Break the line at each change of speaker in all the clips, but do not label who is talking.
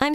I'm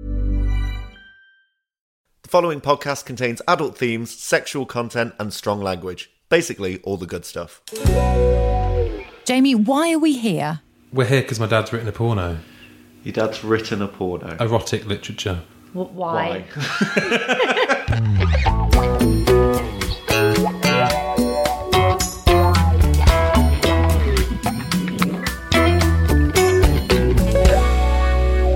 The following podcast contains adult themes, sexual content, and strong language. Basically, all the good stuff.
Jamie, why are we here?
We're here because my dad's written a porno,
Your dad's written a porno.
erotic literature.
Why? Why?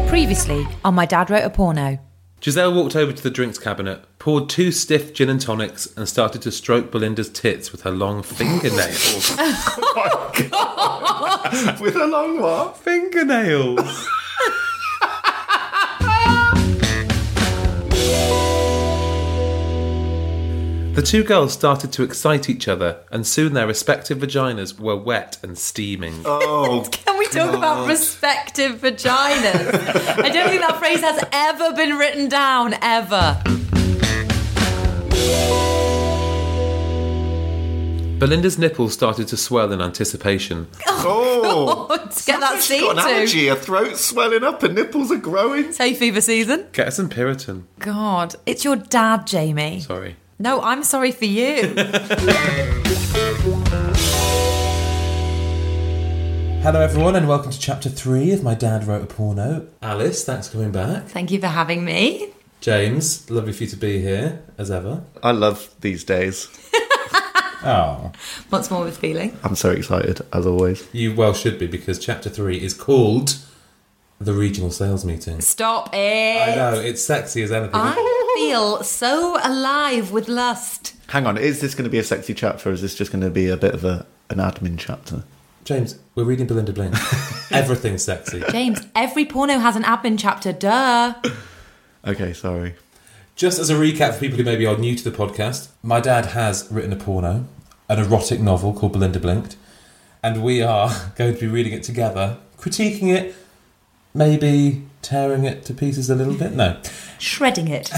Previously, on my dad wrote a porno.
Giselle walked over to the drinks cabinet, poured two stiff gin and tonics, and started to stroke Belinda's tits with her long fingernails.
Oh With a long what?
fingernails! the two girls started to excite each other, and soon their respective vaginas were wet and steaming.
Oh.
Can we talk about respective vaginas? I don't think that phrase has ever been written down, ever.
Belinda's nipples started to swell in anticipation.
Oh,
Get that
she's got an
C too.
allergy. Her throat's swelling up. Her nipples are growing.
Hay fever season.
Get us some Puritan.
God, it's your dad, Jamie.
Sorry.
No, I'm sorry for you.
Hello, everyone, and welcome to chapter three of My Dad Wrote a Porno. Alice, thanks for coming back.
Thank you for having me.
James, lovely for you to be here, as ever.
I love these days.
Oh.
What's more with feeling?
I'm so excited, as always.
You well should be, because chapter three is called The Regional Sales Meeting.
Stop
I
it.
know, it's sexy as anything.
I feel so alive with lust.
Hang on, is this going to be a sexy chapter or is this just going to be a bit of a, an admin chapter?
James, we're reading Belinda Blink. Everything's sexy.
James, every porno has an admin chapter, duh.
Okay, sorry.
Just as a recap for people who maybe are new to the podcast, my dad has written a porno, an erotic novel called Belinda Blinked, and we are going to be reading it together, critiquing it, maybe tearing it to pieces a little bit. No.
Shredding it.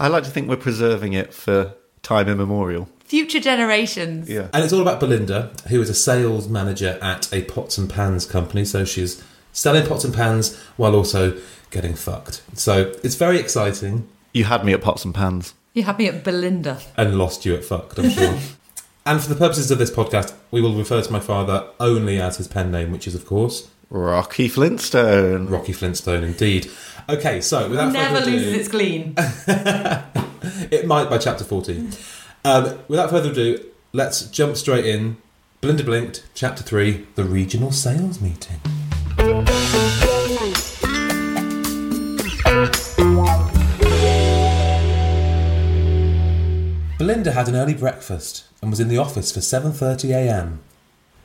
I like to think we're preserving it for time immemorial.
Future generations.
Yeah.
And it's all about Belinda, who is a sales manager at a pots and pans company. So she's selling pots and pans while also getting fucked. So it's very exciting
You had me at pots and pans.
You have me at Belinda.
and lost you at fucked, I'm sure. and for the purposes of this podcast, we will refer to my father only as his pen name, which is, of course,
Rocky Flintstone.
Rocky Flintstone, indeed. Okay, so without
Never
further
loses
ado,
its gleam.
it might by chapter 14. Um, without further ado, let's jump straight in. Belinda Blinked, chapter 3, the regional sales meeting. Belinda had an early breakfast and was in the office for 7:30 a.m.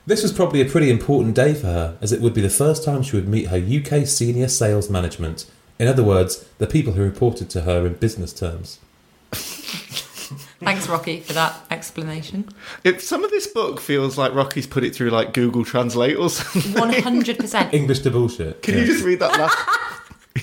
This was probably a pretty important day for her as it would be the first time she would meet her UK senior sales management, in other words, the people who reported to her in business terms.
Thanks, Rocky, for that explanation.
If some of this book feels like Rocky's put it through like Google Translate or something,
One hundred percent.
English to bullshit.
can you
Yeah.
just read that last?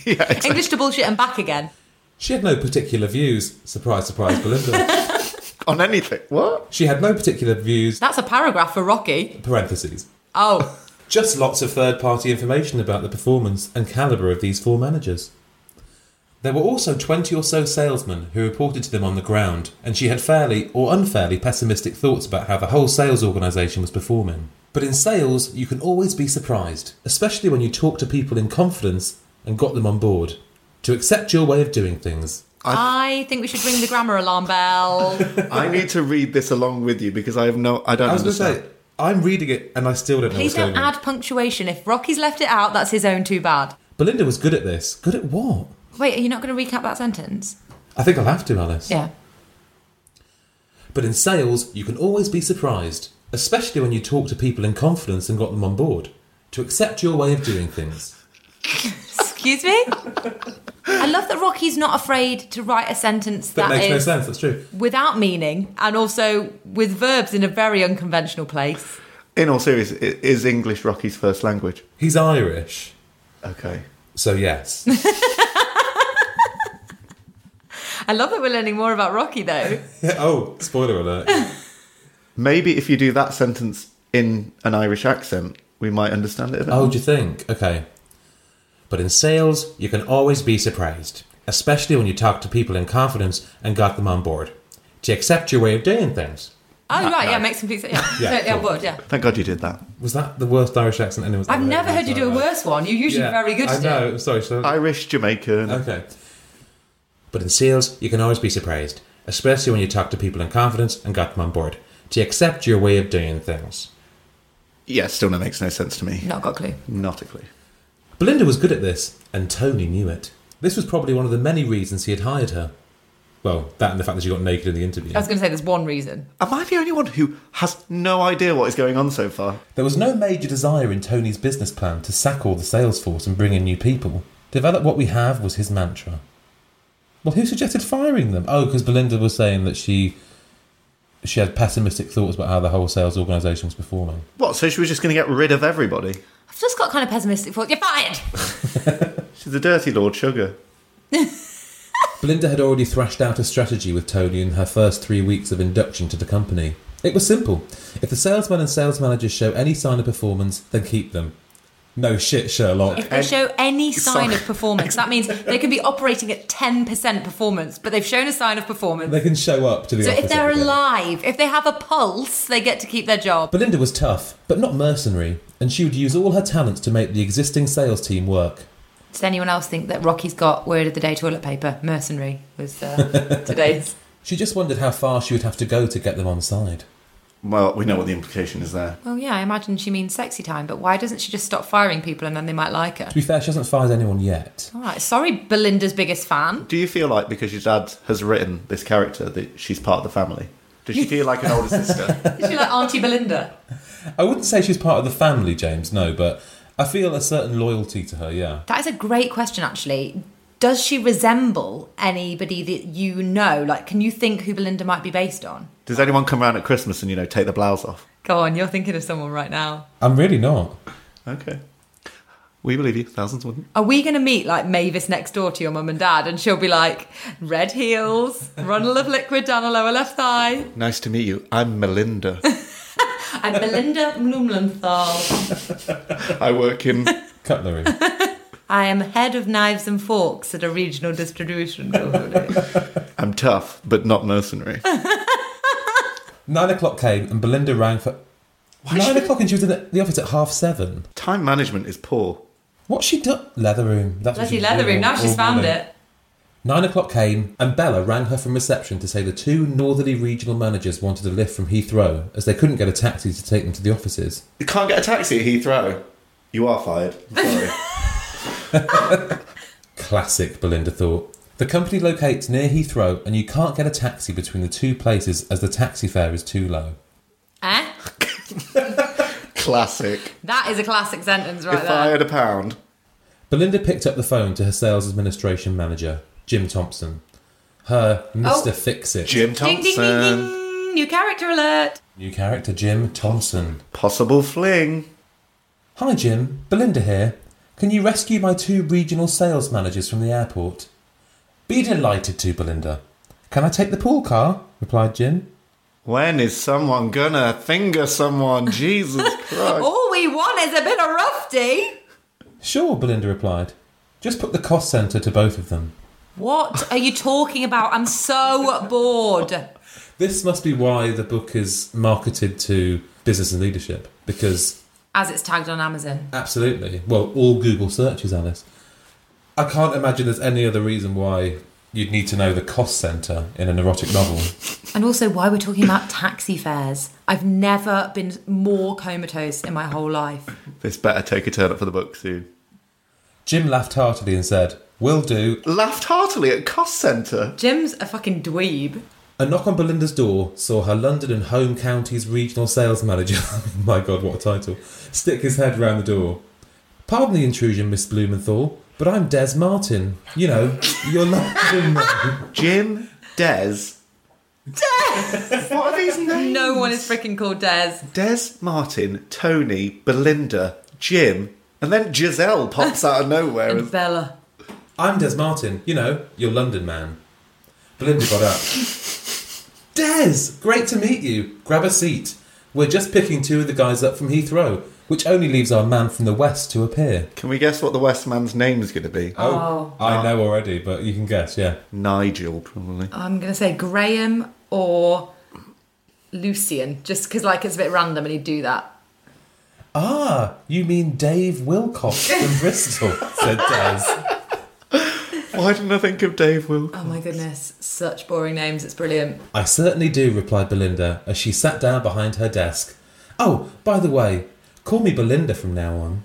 yeah, it's-
English to bullshit and back again.
She had no particular views. Surprise, surprise, Belinda.
on anything. What?
she had no particular views.
That's a paragraph for Rocky.
Parentheses.
Oh,
Just lots of third party information about the performance and calibre of these four managers. There were also 20 or so salesmen who reported to them on the ground, and she had fairly or unfairly pessimistic thoughts about how the whole sales organisation was performing. But in sales, you can always be surprised, especially when you talk to people in confidence and got them on board, to accept your way of doing things.
I think we should ring the grammar alarm bell.
I need to read this along with you because I have no. I don't
I was going to
understand.
say, I'm reading it and I still don't know
Please
what's
don't
going on.
add punctuation. If Rocky's left it out, that's his own too bad.
Belinda was good at this. Good at what?
Wait, are you not going to recap that sentence?
I think I'll have to, Alice.
Yeah.
But in sales, you can always be surprised, especially when you talk to people in confidence and got them on board, to accept your way of doing things.
Excuse me? I love that Rocky's not afraid to write a sentence
That,
that
makes no
is
sense. That's true.
without meaning and also with verbs in a very unconventional place.
In all seriousness, i- is English Rocky's first language?
He's Irish,
Okay.
so yes.
I love that we're learning more about Rocky though.
Yeah, oh, spoiler alert.
Maybe if you do that sentence in an Irish accent, we might understand it a bit.
Oh, do you think? Okay. But in sales, you can always be surprised, especially when you talk to people in confidence and got them on board to accept your way of doing things.
Oh right, yeah, makes complete sense. Yeah,
Yeah,
yeah, totally on
cool.
board, yeah.
Thank God you did that.
Was that the worst Irish accent anyone's
I've
ever
never heard you do a worse one. You're usually
Yeah,
very good
I
at
know.
it.
I'm sorry. Shall I-
Irish, Jamaican.
Okay. But in sales, you can always be surprised, especially when you talk to people in confidence and got them on board to accept your way of doing things.
Yeah, still no makes no sense to me.
Not got a clue.
Not a clue.
Belinda was good at this, and Tony knew it. This was probably one of the many reasons he had hired her. Well, that and the fact that she got naked in the interview.
I was going to say there's one reason.
Am I the only one who has no idea what is going on so far?
There was no major desire in Tony's business plan to sack all the sales force and bring in new people. Develop what we have was his mantra. Well, who suggested firing them? Oh, because Belinda was saying that she she had pessimistic thoughts about how the whole sales organisation was performing.
What, so she was just going to get rid of everybody?
I've just got kind of pessimistic thoughts. You're fired.
She's a dirty Lord Sugar.
Belinda had already thrashed out a strategy with Tony in her first three weeks of induction to the company. It was simple. If the salesmen and sales managers show any sign of performance, then keep them. No shit, Sherlock.
If they show any sign
Sorry.
of performance, that means they can be operating at 10% performance, but they've shown a sign of performance.
They can show up to the
so
office.
if they're
every day.
alive, if they have a pulse, they get to keep their job.
Belinda was tough, but not mercenary, and she would use all her talents to make the existing sales team work.
Does anyone else think that Rocky's got word of the day toilet paper? Mercenary was uh, today's.
She just wondered how far she would have to go to get them on side.
Well, we know what the implication is there.
Well, yeah, I imagine she means sexy time, but why doesn't she just stop firing people and then they might like her?
To be fair, she hasn't fired anyone yet.
All right, sorry, Belinda's biggest fan.
Do you feel like because your dad has written this character that she's part of the family? Does she feel like an older sister?
Is she like Auntie Belinda?
I wouldn't say she's part of the family, James, no, but I feel a certain loyalty to her, yeah.
That is a great question, actually. Does she resemble anybody that you know? Like, can you think who Belinda might be based on?
Does anyone come around at Christmas and you know take the blouse off?
Go on, you're thinking of someone right now.
I'm really not.
Okay, we believe you. Thousands wouldn't.
Are we going to meet like Mavis next door to your mum and dad? And she'll be like, red heels, runnel of liquid down her lower left thigh,
Nice to meet you. I'm Melinda.
and Melinda Mlumlenthal.
I work in.
Cutlery.
I am head of knives and forks at a regional distribution company.
I'm tough, but not mercenary.
Nine o'clock came, and Belinda rang for. Nine o'clock, and she was in the- the office at half seven.
Time management is poor.
What's she done? Leather room. That's what
Bloody
she's
leather
doing
room, now
all-
she's
all
found
morning.
it.
Nine o'clock came, and Bella rang her from reception to say the two northerly regional managers wanted a lift from Heathrow as they couldn't get a taxi to take them to the offices.
You can't get a taxi at Heathrow. You are fired. I'm sorry.
Classic, Belinda thought. The company locates near Heathrow, and you can't get a taxi between the two places as the taxi fare is too low.
Eh?
Classic.
That is a classic sentence right
if
there.
I had a pound,
Belinda picked up the phone to her sales administration manager, Jim Thompson. Her Mr.
Oh.
Fix It.
Jim
Ding,
Thompson.
ding, ding, ding. New character alert.
New character, Jim Thompson.
Possible fling.
Hi, Jim. Belinda here. Can you rescue my two regional sales managers from the airport? Be delighted to, Belinda. Can I take the pool car? replied Jim.
When is someone gonna finger someone? Jesus Christ.
All we want is a bit of roughy.
Sure, Belinda replied. Just put the cost centre to both of them.
What are you talking about? I'm so bored.
This must be why the book is marketed to business and leadership, because
As it's tagged on Amazon.
absolutely, well, all Google searches, Alice. I can't imagine there's any other reason why you'd need to know the cost centre in an erotic novel.
And also, why we're talking about taxi fares. I've never been more comatose in my whole life.
This better take a turn up for the book soon.
Jim laughed heartily and said, Will do,
Laughed heartily at cost centre.
Jim's a fucking dweeb.
A knock on Belinda's door saw her London and Home Counties regional sales manager, my god, what a title, stick his head round the door. Pardon the intrusion, Miss Blumenthal, But I'm Des Martin. You know, you're London man.
Jim, Des. What are these names?
No one is freaking called Des.
Des Martin, Tony, Belinda, Jim, and then Giselle pops out of nowhere.
And
as-
Bella.
I'm Des Martin. You know, you're London man. Belinda got up. Des, great to meet you. Grab a seat. We're just picking two of the guys up from Heathrow, which only leaves our man from the west to appear.
Can we guess what the West Man's name is going to be?
Oh.
I know already, but you can guess, yeah.
Nigel, probably.
I'm going to say Graham or Lucian, just because like it's a bit random and he'd do that.
Ah, you mean Dave Wilcox from Bristol, said Des.
Why didn't I think of Dave Will?
Oh my goodness, such boring names. It's brilliant.
I certainly do, replied Belinda as she sat down behind her desk. Oh, by the way, call me Belinda from now on.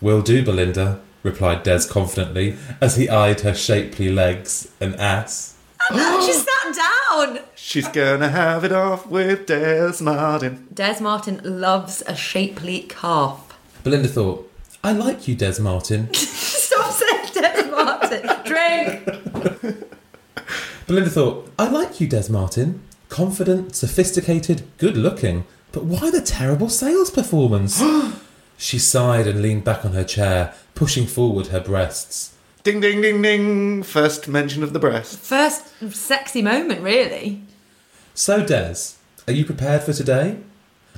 Will do, Belinda, replied Des confidently as he eyed her shapely legs and ass.
she sat down.
She's gonna have it off with Des Martin.
Des Martin loves a shapely calf.
Belinda thought, I like you, Des Martin.
Stop saying Des Martin. Drink.
Belinda thought, I like you, Des Martin. Confident, sophisticated, good looking. But why the terrible sales performance? she sighed and leaned back on her chair, pushing forward her breasts.
Ding, ding, ding, ding. First mention of the breast.
First sexy moment, really.
So, Des, are you prepared for today?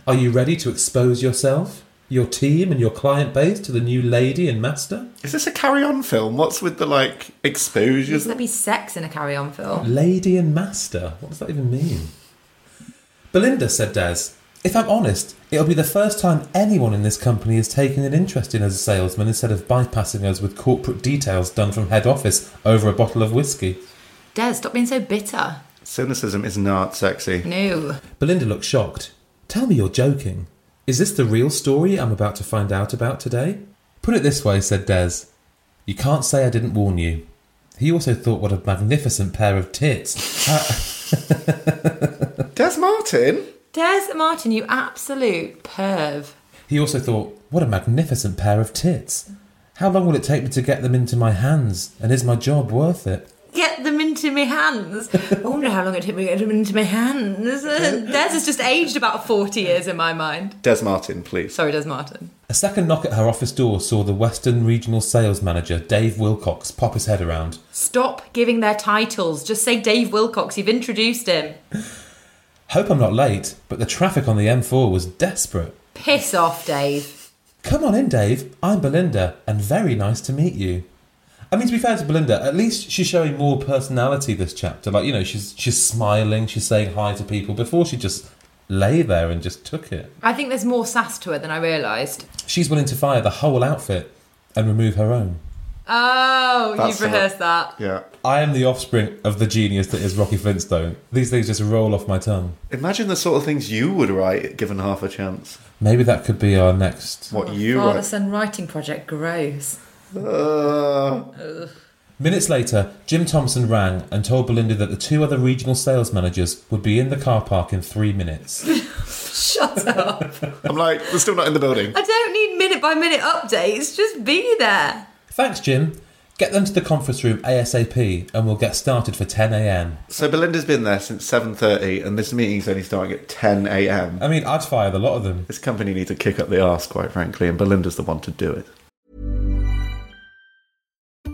Are you ready to expose yourself, your team, and your client base to the new lady and master?
Is this a carry on film? What's with the like exposures?
Just let me sex in a carry-on film.
Lady and master? What does that even mean? Belinda, said Des, if I'm honest, it'll be the first time anyone in this company has taken an interest in us as salesmen instead of bypassing us with corporate details done from head office over a bottle of whiskey.
Des, stop being so bitter.
Cynicism is not sexy.
No.
Belinda looked shocked. Tell me you're joking. Is this the real story I'm about to find out about today? Put it this way, said Des. You can't say I didn't warn you. He also thought what a magnificent pair of tits.
Des Martin?
Des Martin, you absolute perv.
He also thought, what a magnificent pair of tits. How long will it take me to get them into my hands? And is my job worth it?
Get them into my hands. I wonder how long it took me to get them into my hands. Des has just aged about 40 years in my mind.
Des Martin, please.
Sorry, Des Martin.
A second knock at her office door saw the Western Regional Sales Manager, Dave Wilcox, pop his head around.
Stop giving their titles. Just say Dave Wilcox. You've introduced him.
Hope I'm not late, but the traffic on the M4 was desperate.
Piss off, Dave.
Come on in, Dave. I'm Belinda, and very nice to meet you. I mean, to be fair to Belinda, at least she's showing more personality this chapter. Like, you know, she's she's smiling, she's saying hi to people before she just lay there and just took it.
I think there's more sass to it than I realised.
She's willing to fire the whole outfit and remove her own.
Oh,
That's
you've rehearsed
it.
that.
Yeah.
I am the offspring of the genius that is Rocky Flintstone. These things just roll off my tongue.
Imagine the sort of things you would write given half a chance.
Maybe that could be our next.
What you
Father
write.
son writing project gross.
Uh,
Minutes later, Jim Thompson rang and told Belinda that the two other regional sales managers would be in the car park in three minutes.
Shut up.
I'm like, we're still not in the building.
I don't need minute by minute updates. Just be there.
Thanks, Jim. Get them to the conference room ASAP and we'll get started for 10am.
So Belinda's been there since 7.30 and this meeting's only starting at 10am.
I mean, I'd fire the lot of them.
This company needs a kick up the arse, quite frankly, and Belinda's the one to do it.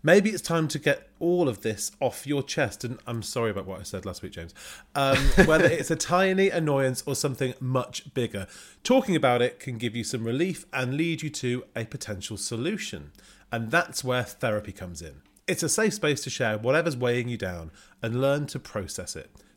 Maybe it's time to get all of this off your chest. And I'm sorry about what I said last week, James. Um, whether it's a tiny annoyance or something much bigger, talking about it can give you some relief and lead you to a potential solution. And that's where therapy comes in. It's a safe space to share whatever's weighing you down and learn to process it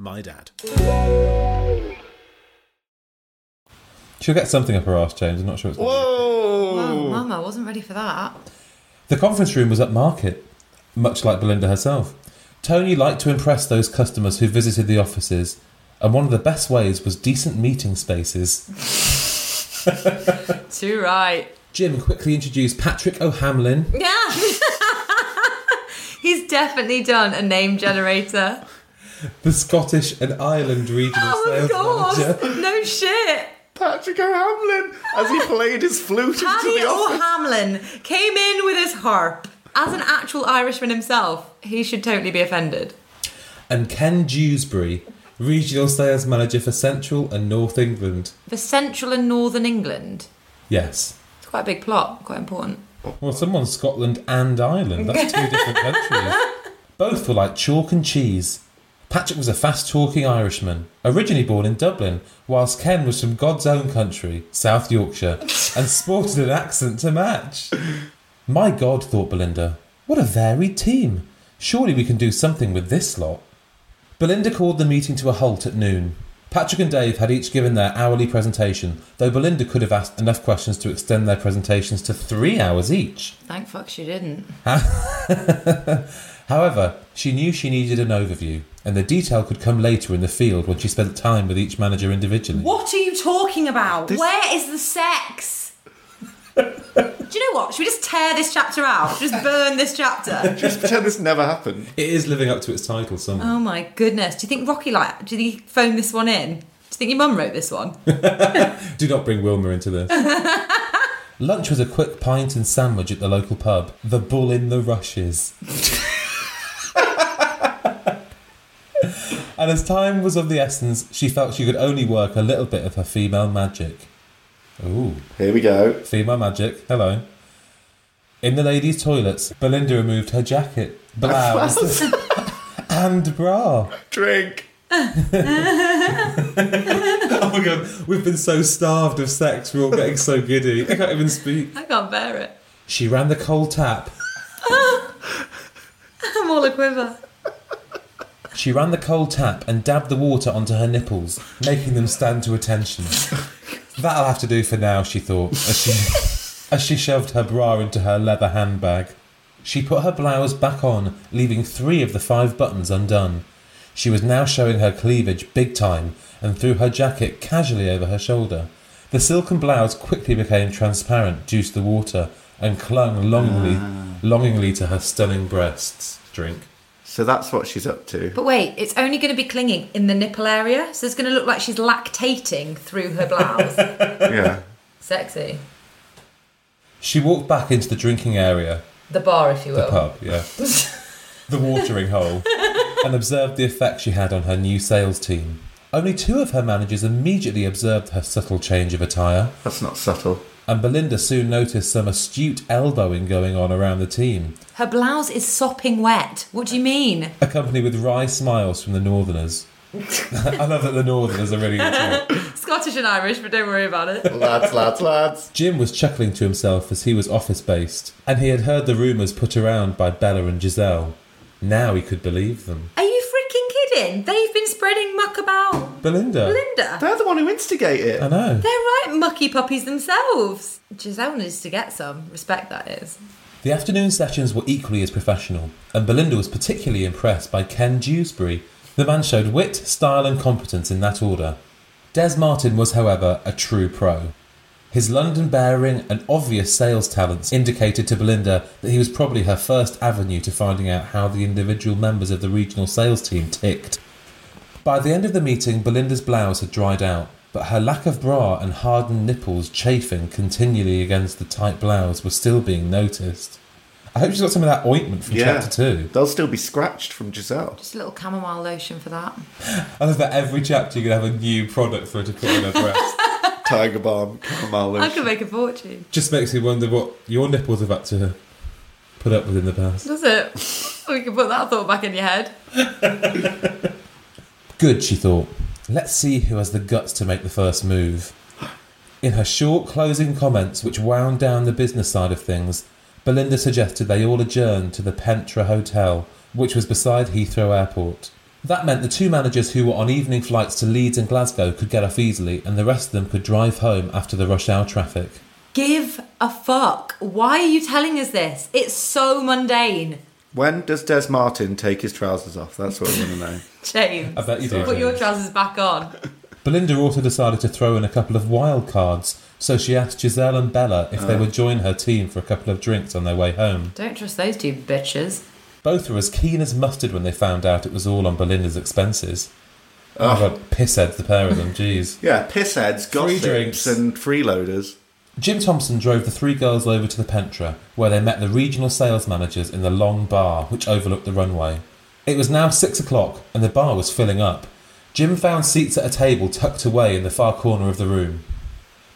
mydad.
She'll get something up her arse, James. I'm not sure it's. Oh.
Wow, Mum, I wasn't ready for that.
The conference room was at market, much like Belinda herself. Tony liked to impress those customers who visited the offices, and one of the best ways was decent meeting spaces.
Too right.
Jim quickly introduced Patrick O'Hamlin,
Yeah. He's definitely done a name generator.
the Scottish and Ireland regional
Oh, of
sales manager.
course. No shit.
Patrick O'Hamlin, as he played his flute
Paddy O'Hamlin came in with his harp. As an actual Irishman himself, he should totally be offended.
and Ken Dewsbury, regional sales manager for Central and North England.
For Central and Northern England,
Yes.
it's quite a big plot, quite important.
Well, someone's Scotland and Ireland. That's two different countries. Both were like chalk and cheese. Patrick was a fast talking Irishman, originally born in Dublin, whilst Ken was from God's own country, South Yorkshire, and sported an accent to match. My God, thought Belinda, what a varied team. Surely we can do something with this lot. Belinda called the meeting to a halt at noon. Patrick and Dave had each given their hourly presentation, though Belinda could have asked enough questions to extend their presentations to three hours each.
Thank fuck she didn't.
However, she knew she needed an overview, and the detail could come later in the field when she spent time with each manager individually.
What are you talking about? Where is the sex? Do you know what? Should we just tear this chapter out? Should we just burn this chapter?
Just pretend this never happened.
It is living up to its title somehow.
Oh my goodness. Do you think Rocky like do you think he phoned this one in? Do you think your mum wrote this one?
Do not bring Wilma into this. Lunch was a quick pint and sandwich at the local pub, The Bull in the Rushes. and as time was of the essence, she felt she could only work a little bit of her female magic. Ooh.
Here we go.
Female magic. Hello. In the ladies' toilets, Belinda removed her jacket, blouse, and bra.
Drink.
Oh my god, we've been so starved of sex, we're all getting so giddy. I can't even speak.
I can't bear it.
She ran the cold tap.
I'm all a quiver.
She ran the cold tap and dabbed the water onto her nipples, making them stand to attention. That'll have to do for now, she thought, as she, as she shoved her bra into her leather handbag. She put her blouse back on, leaving three of the five buttons undone. She was now showing her cleavage big time and threw her jacket casually over her shoulder. The silken blouse quickly became transparent due to the water and clung longingly, longingly to her stunning breasts. Drink.
So that's what she's up to.
But wait, it's only going to be clinging in the nipple area, so it's going to look like she's lactating through her blouse.
yeah.
Sexy.
She walked back into the drinking area
The bar, if you will.
the pub, yeah. the watering hole. and observed the effect she had on her new sales team. Only two of her managers immediately observed her subtle change of attire,
That's not subtle.
and Belinda soon noticed some astute elbowing going on around the team,
Her blouse is sopping wet. What do you mean?
accompanied with wry smiles from the Northerners. I love that the Northerners are really into it.
Scottish and Irish, but don't worry about it.
Lads, lads, lads.
Jim was chuckling to himself as he was office based, and he had heard the rumours put around by Bella and Giselle. Now he could believe them.
Are you freaking kidding? They've been spreading muck about Linda.
They're the one who instigate
I
it.
know.
They're right mucky puppies themselves. Giselle needs to get some. Respect that is.
The afternoon sessions were equally as professional, and Belinda was particularly impressed by Ken Dewsbury. The man showed wit, style, and competence in that order. Des Martin was, however, a true pro. His London bearing and obvious sales talents indicated to Belinda that he was probably her first avenue to finding out how the individual members of the regional sales team ticked. By the end of the meeting, Belinda's blouse had dried out, but her lack of bra and hardened nipples chafing continually against the tight blouse were still being noticed. I hope she's got some of that ointment from
Yeah.
chapter two.
They'll still be scratched from Giselle.
Just a little chamomile lotion for that.
I love that every chapter you could have a new product for her to put on her breast.
Tiger balm, chamomile
I
lotion.
could make a fortune.
Just makes me wonder what your nipples have had to put up with in the past.
Does it? we can put that thought back in your head.
Good, she thought. Let's see who has the guts to make the first move. In her short closing comments, which wound down the business side of things, Belinda suggested they all adjourn to the Pentra Hotel, which was beside Heathrow Airport. That meant the two managers who were on evening flights to Leeds and Glasgow could get off easily, and the rest of them could drive home after the rush hour traffic.
Give a fuck. Why are you telling us this? It's so mundane,
When does Des Martin take his trousers off? That's what I want to know.
James.
I bet you do,
Put your
James.
trousers back on.
Belinda also decided to throw in a couple of wild cards, so she asked Giselle and Bella if they
Oh.
would join her team for a couple of drinks on their way home.
Don't trust those two bitches.
Both were as keen as mustard when they found out it was all on Belinda's expenses. Oh,
Ugh.
God, pissheads, the pair of them, jeez.
Yeah, pissheads, gossips, and freeloaders.
Jim Thompson drove the three girls over to the Pentra, where they met the regional sales managers in the long bar which overlooked the runway. It was now six o'clock, and the bar was filling up. Jim found seats at a table tucked away in the far corner of the room.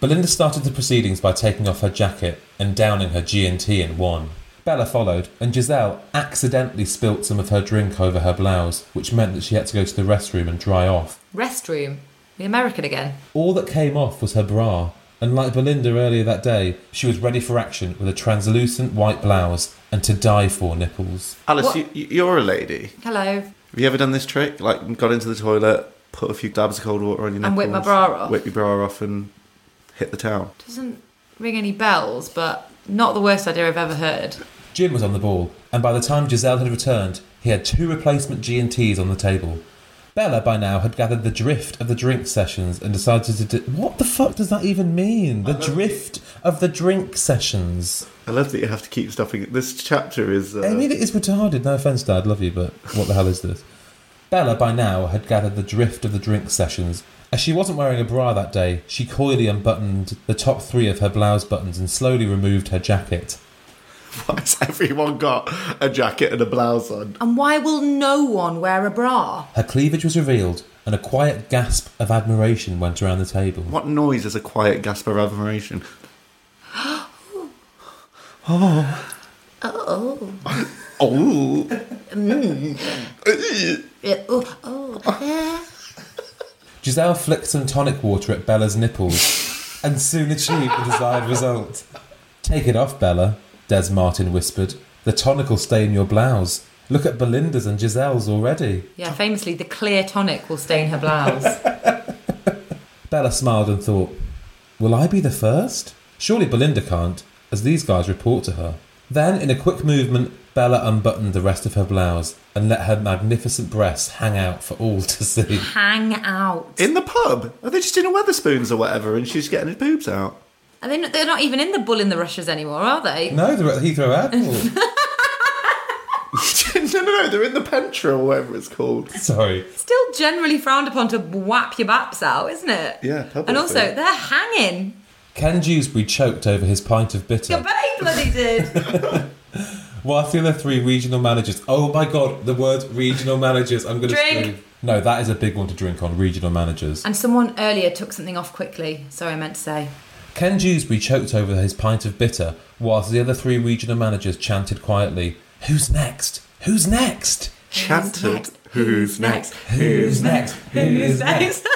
Belinda started the proceedings by taking off her jacket and downing her G&T in one. Bella followed, and Giselle accidentally spilt some of her drink over her blouse, which meant that she had to go to the restroom and dry off.
Restroom. The American again.
All that came off was her bra, and like Belinda earlier that day, she was ready for action with a translucent white blouse and to die for nipples.
Alice,
What?
you, you're a lady.
Hello.
Have you ever done this trick? Like, got into the toilet, put a few dabs of cold water on your nipples,
And whip my bra off?
whip your bra off, and hit the town.
Doesn't ring any bells, but not the worst idea I've ever heard.
Jim was on the ball, and by the time Giselle had returned, he had two replacement G&Ts on the table. Bella by now had gathered the drift of the drink sessions and decided to do- What the fuck does that even mean? The drift of the drink sessions.
I love that you have to keep stopping it. This chapter is. Uh,
I mean, it is retarded. No offence, Dad. Love you, but what the hell is this? Bella, by now, had gathered the drift of the drink sessions. As she wasn't wearing a bra that day, she coyly unbuttoned the top three of her blouse buttons and slowly removed her jacket.
Why's everyone got a jacket and a blouse on?
And why will no one wear a bra?
Her cleavage was revealed, and a quiet gasp of admiration went around the table.
What noise is a quiet gasp of admiration?
Oh.
Oh.
Oh.
Yeah, oh, oh. yeah.
Giselle flicked some tonic water at Bella's nipples and soon achieved the desired result. Take it off, Bella, Des Martin whispered. The tonic will stay in your blouse. Look at Belinda's and Giselle's already.
Yeah, famously, the clear tonic will stain her blouse.
Bella smiled and thought, Will I be the first? Surely Belinda can't, as these guys report to her. Then, in a quick movement, Bella unbuttoned the rest of her blouse and let her magnificent breasts hang out for all to see.
Hang out.
In the pub? Are they just in a Weatherspoons or whatever and she's getting her boobs out?
Are they not, they're not even in the bull in the rushes anymore, are they?
No, they're at Heathrow Airport.
no, no, no, they're in the Pentra or whatever it's called.
Sorry.
Still generally frowned upon to whap your baps out, isn't it?
Yeah,
And also, they're hanging.
Ken Dewsbury choked over his pint of bitter.
I bet he bloody did.
While the other three regional managers, oh my god, the word regional managers, I'm going to
Drink.
scream. No, that is a big one to drink on, regional managers.
and someone earlier took something off quickly. Sorry, I meant to say.
Ken Dewsbury choked over his pint of bitter, whilst the other three regional managers chanted quietly, Who's next? Who's next?
Chanted. Who's next?
Who's next? Who's
next?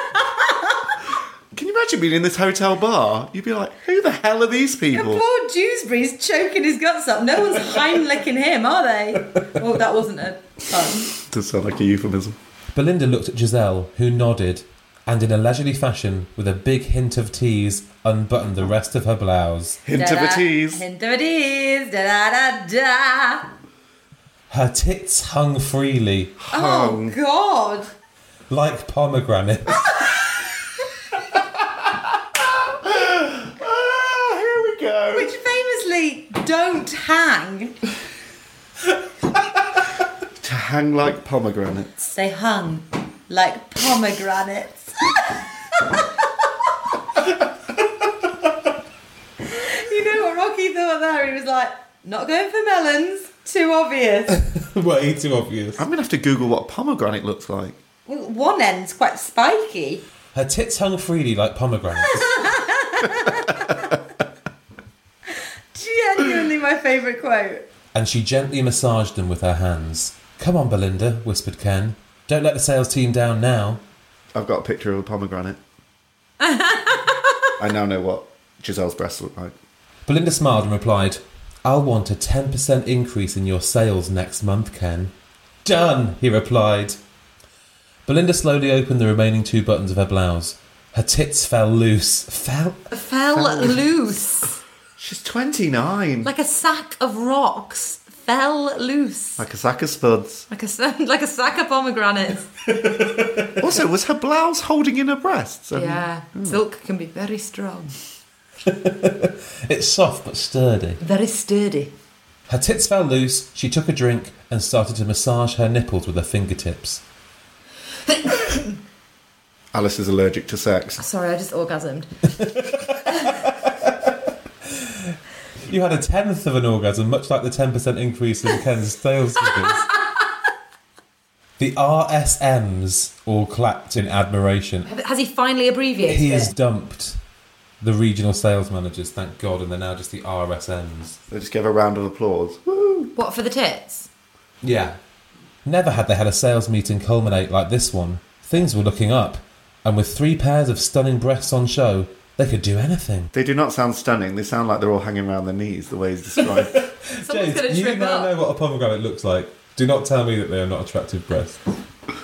Can you imagine being in this hotel bar? You'd be like, who the hell are these people?
Poor Dewsbury's choking his guts up. No one's heimlicking him, are they? Oh, that wasn't a pun.
Does sound like a euphemism.
Belinda looked at Giselle, who nodded, and in a leisurely fashion, with a big hint of tease, unbuttoned the rest of her blouse.
Da-da, Hint of a tease. Da da da da.
Her tits hung freely,
Oh, God.
like pomegranates.
Ah,
to hang.
To hang like pomegranates.
They hung like pomegranates. you know what Rocky thought there? He was like, not going for melons. Too obvious.
Way too obvious.
I'm going to have to Google what a pomegranate looks like.
Well, One end's quite spiky.
Her tits hung freely like pomegranates.
Genuinely my favourite quote.
and she gently massaged them with her hands. Come on, Belinda, whispered Ken. Don't let the sales team down now.
I've got a picture of a pomegranate. I now know what Giselle's breasts look like.
Belinda smiled and replied, I'll want a 10% increase in your sales next month, Ken. Done, he replied. Belinda slowly opened the remaining two buttons of her blouse. Her tits fell loose. Fell?
Fell loose.
She's 29. Like,
Like a sack of rocks. Fell loose.
a sack of spuds.
Like a, sa- like a sack of pomegranates.
also, was her blouse holding in her breasts? Um, I mean,
Yeah. Silk can be very strong.
It's soft but sturdy.
Very sturdy.
Her tits fell loose, she took a drink and started to massage her nipples with her fingertips.
Alice is allergic to sex.
Sorry, I just orgasmed.
You had a tenth of an orgasm, much like the 10% increase in Ken's sales figures. the RSMs all clapped in admiration.
Has he finally abbreviated
He
it?
has dumped the regional sales managers, thank God, and they're now just the RSMs.
They just give a round of applause.
What, for the tits?
Yeah. Never had they had a sales meeting culminate like this one. Things were looking up, and with three pairs of stunning breasts on show, they could do anything.
They do not sound stunning. They sound like they're all hanging around their knees, the way he's described.
Someone's
James,
going to
you
trip
now
up.
know what a pomegranate looks like. Do not tell me that they are not attractive breasts.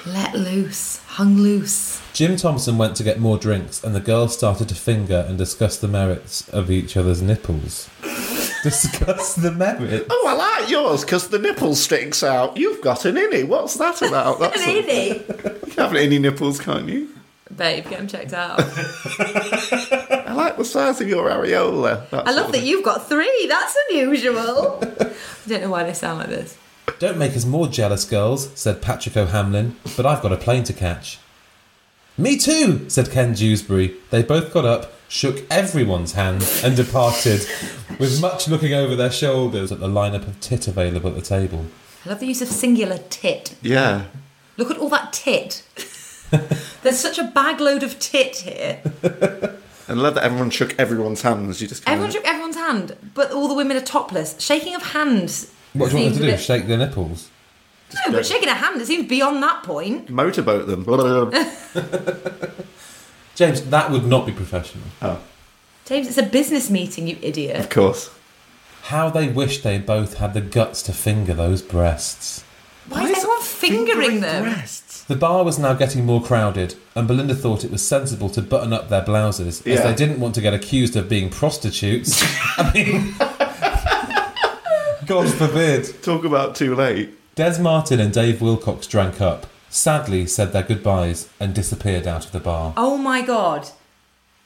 Let loose. Hung loose.
Jim Thompson went to get more drinks, and the girls started to finger and discuss the merits of each other's nipples. discuss the merits?
oh, I like yours because the nipple sticks out. You've got an innie. What's that about? That's a-
Maybe.
you can have an innie nipples, can't you?
Babe, get him checked out.
I like the size of your areola. That
I
sort of
love that
thing.
you've got three. That's unusual. I don't know why they sound like this.
Don't make us more jealous, girls, said Patrick O'Hamlin, but I've got a plane to catch. Me too, said Ken Dewsbury. They both got up, shook everyone's hand, and departed, with much looking over their shoulders at the lineup of tit available at the table.
I love the use of singular tit.
Yeah.
Look at all that tit. There's such a bag load of tit here.
And I love that everyone shook everyone's hands. You just kind
Everyone
of,
shook everyone's hand, but all the women are topless. Shaking of hands.
What do you want
seems
them to
a
do?
bit-
Shake their nipples?
No, but shaking a hand, it seems beyond that point.
motorboat them. Blah, blah, blah.
James, that would not be professional.
Oh.
James, it's a business meeting, you idiot.
of course.
How they wish they both had the guts to finger those breasts.
Why, is everyone fingering, them?
Breasts.
The bar was now getting more crowded, and Belinda thought it was sensible to button up their blouses as
Yeah.
they didn't want to get accused of being prostitutes. I mean, God forbid.
Talk about too late.
Des Martin and Dave Wilcox drank up, sadly said their goodbyes, and disappeared out of the bar.
Oh my god.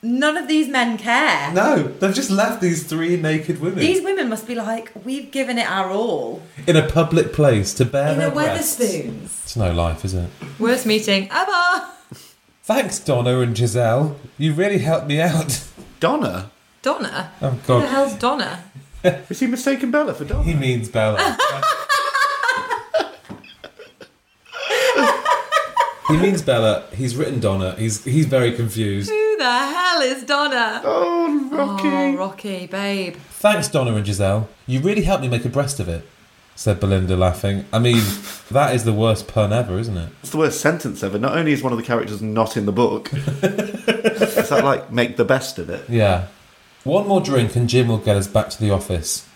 None of these men care.
No, they've just left these three naked women
These women must be like, we've given it our all.
in a public place to bear
In
their
a
breasts.
Weatherspoons.
It's no life, is it?
Worst meeting ever.
Thanks, Donna and Giselle. You really helped me out.
Donna?
Donna.
Oh
Who the
God,
hell's Donna?
Is he mistaken Bella for Donna?
he means Bella. he means Bella. He's written Donna. He's he's very confused.
Who the hell is Donna?
Oh, Rocky.
Oh, Rocky, babe.
Thanks, Donna and Giselle. You really helped me make a breast of it," said Belinda, laughing. I mean, that is the worst pun ever, isn't it?
It's the worst sentence ever. Not only is one of the characters not in the book, it's that like make the best of it.
Yeah. One more drink and Jim will get us back to the office.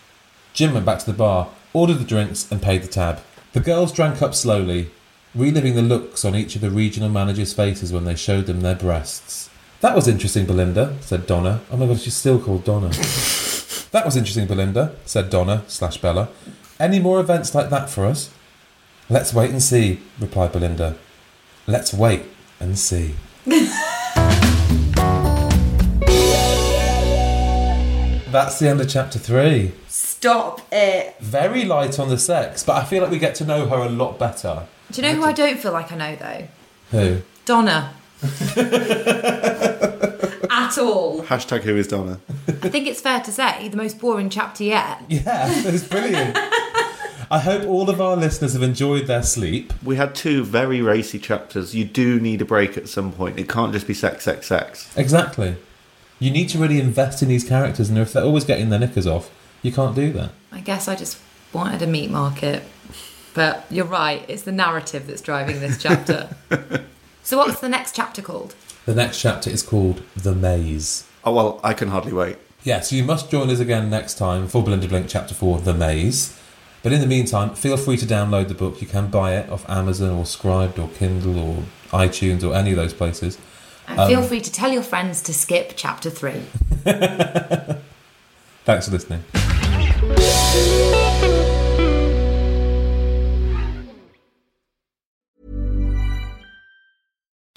Jim went back to the bar, ordered the drinks, and paid the tab. The girls drank up slowly, reliving the looks on each of the regional managers' faces when they showed them their breasts. That was interesting, Belinda, said Donna. Oh my god, she's still called Donna. that was interesting, Belinda, said Donna slash Bella. Any more events like that for us? Let's wait and see, replied Belinda. Let's wait and see. That's the end of chapter three.
Stop it.
Very light on the sex, but I feel like we get to know her a lot better.
Do you know who I don't feel like I know though?
Who?
Donna. At all.
Hashtag who is Donna?
I think it's fair to say the most boring chapter yet.
Yeah, it's brilliant. I hope all of our listeners have enjoyed their sleep.
We had two very racy chapters. You do need a break at some point. It can't just be sex, sex, sex.
Exactly. You need to really invest in these characters, and if they're always getting their knickers off, you can't do that.
I guess I just wanted a meat market. But you're right, it's the narrative that's driving this chapter. so, what's the next chapter called?
The next chapter is called The Maze.
Oh, well, I can hardly wait.
Yeah, so you must join us again next time for Blender Blink Chapter 4 The Maze. But in the meantime, feel free to download the book. You can buy it off Amazon or Scribed or Kindle or iTunes or any of those places.
And feel free to tell your friends to skip chapter three.
Thanks for listening.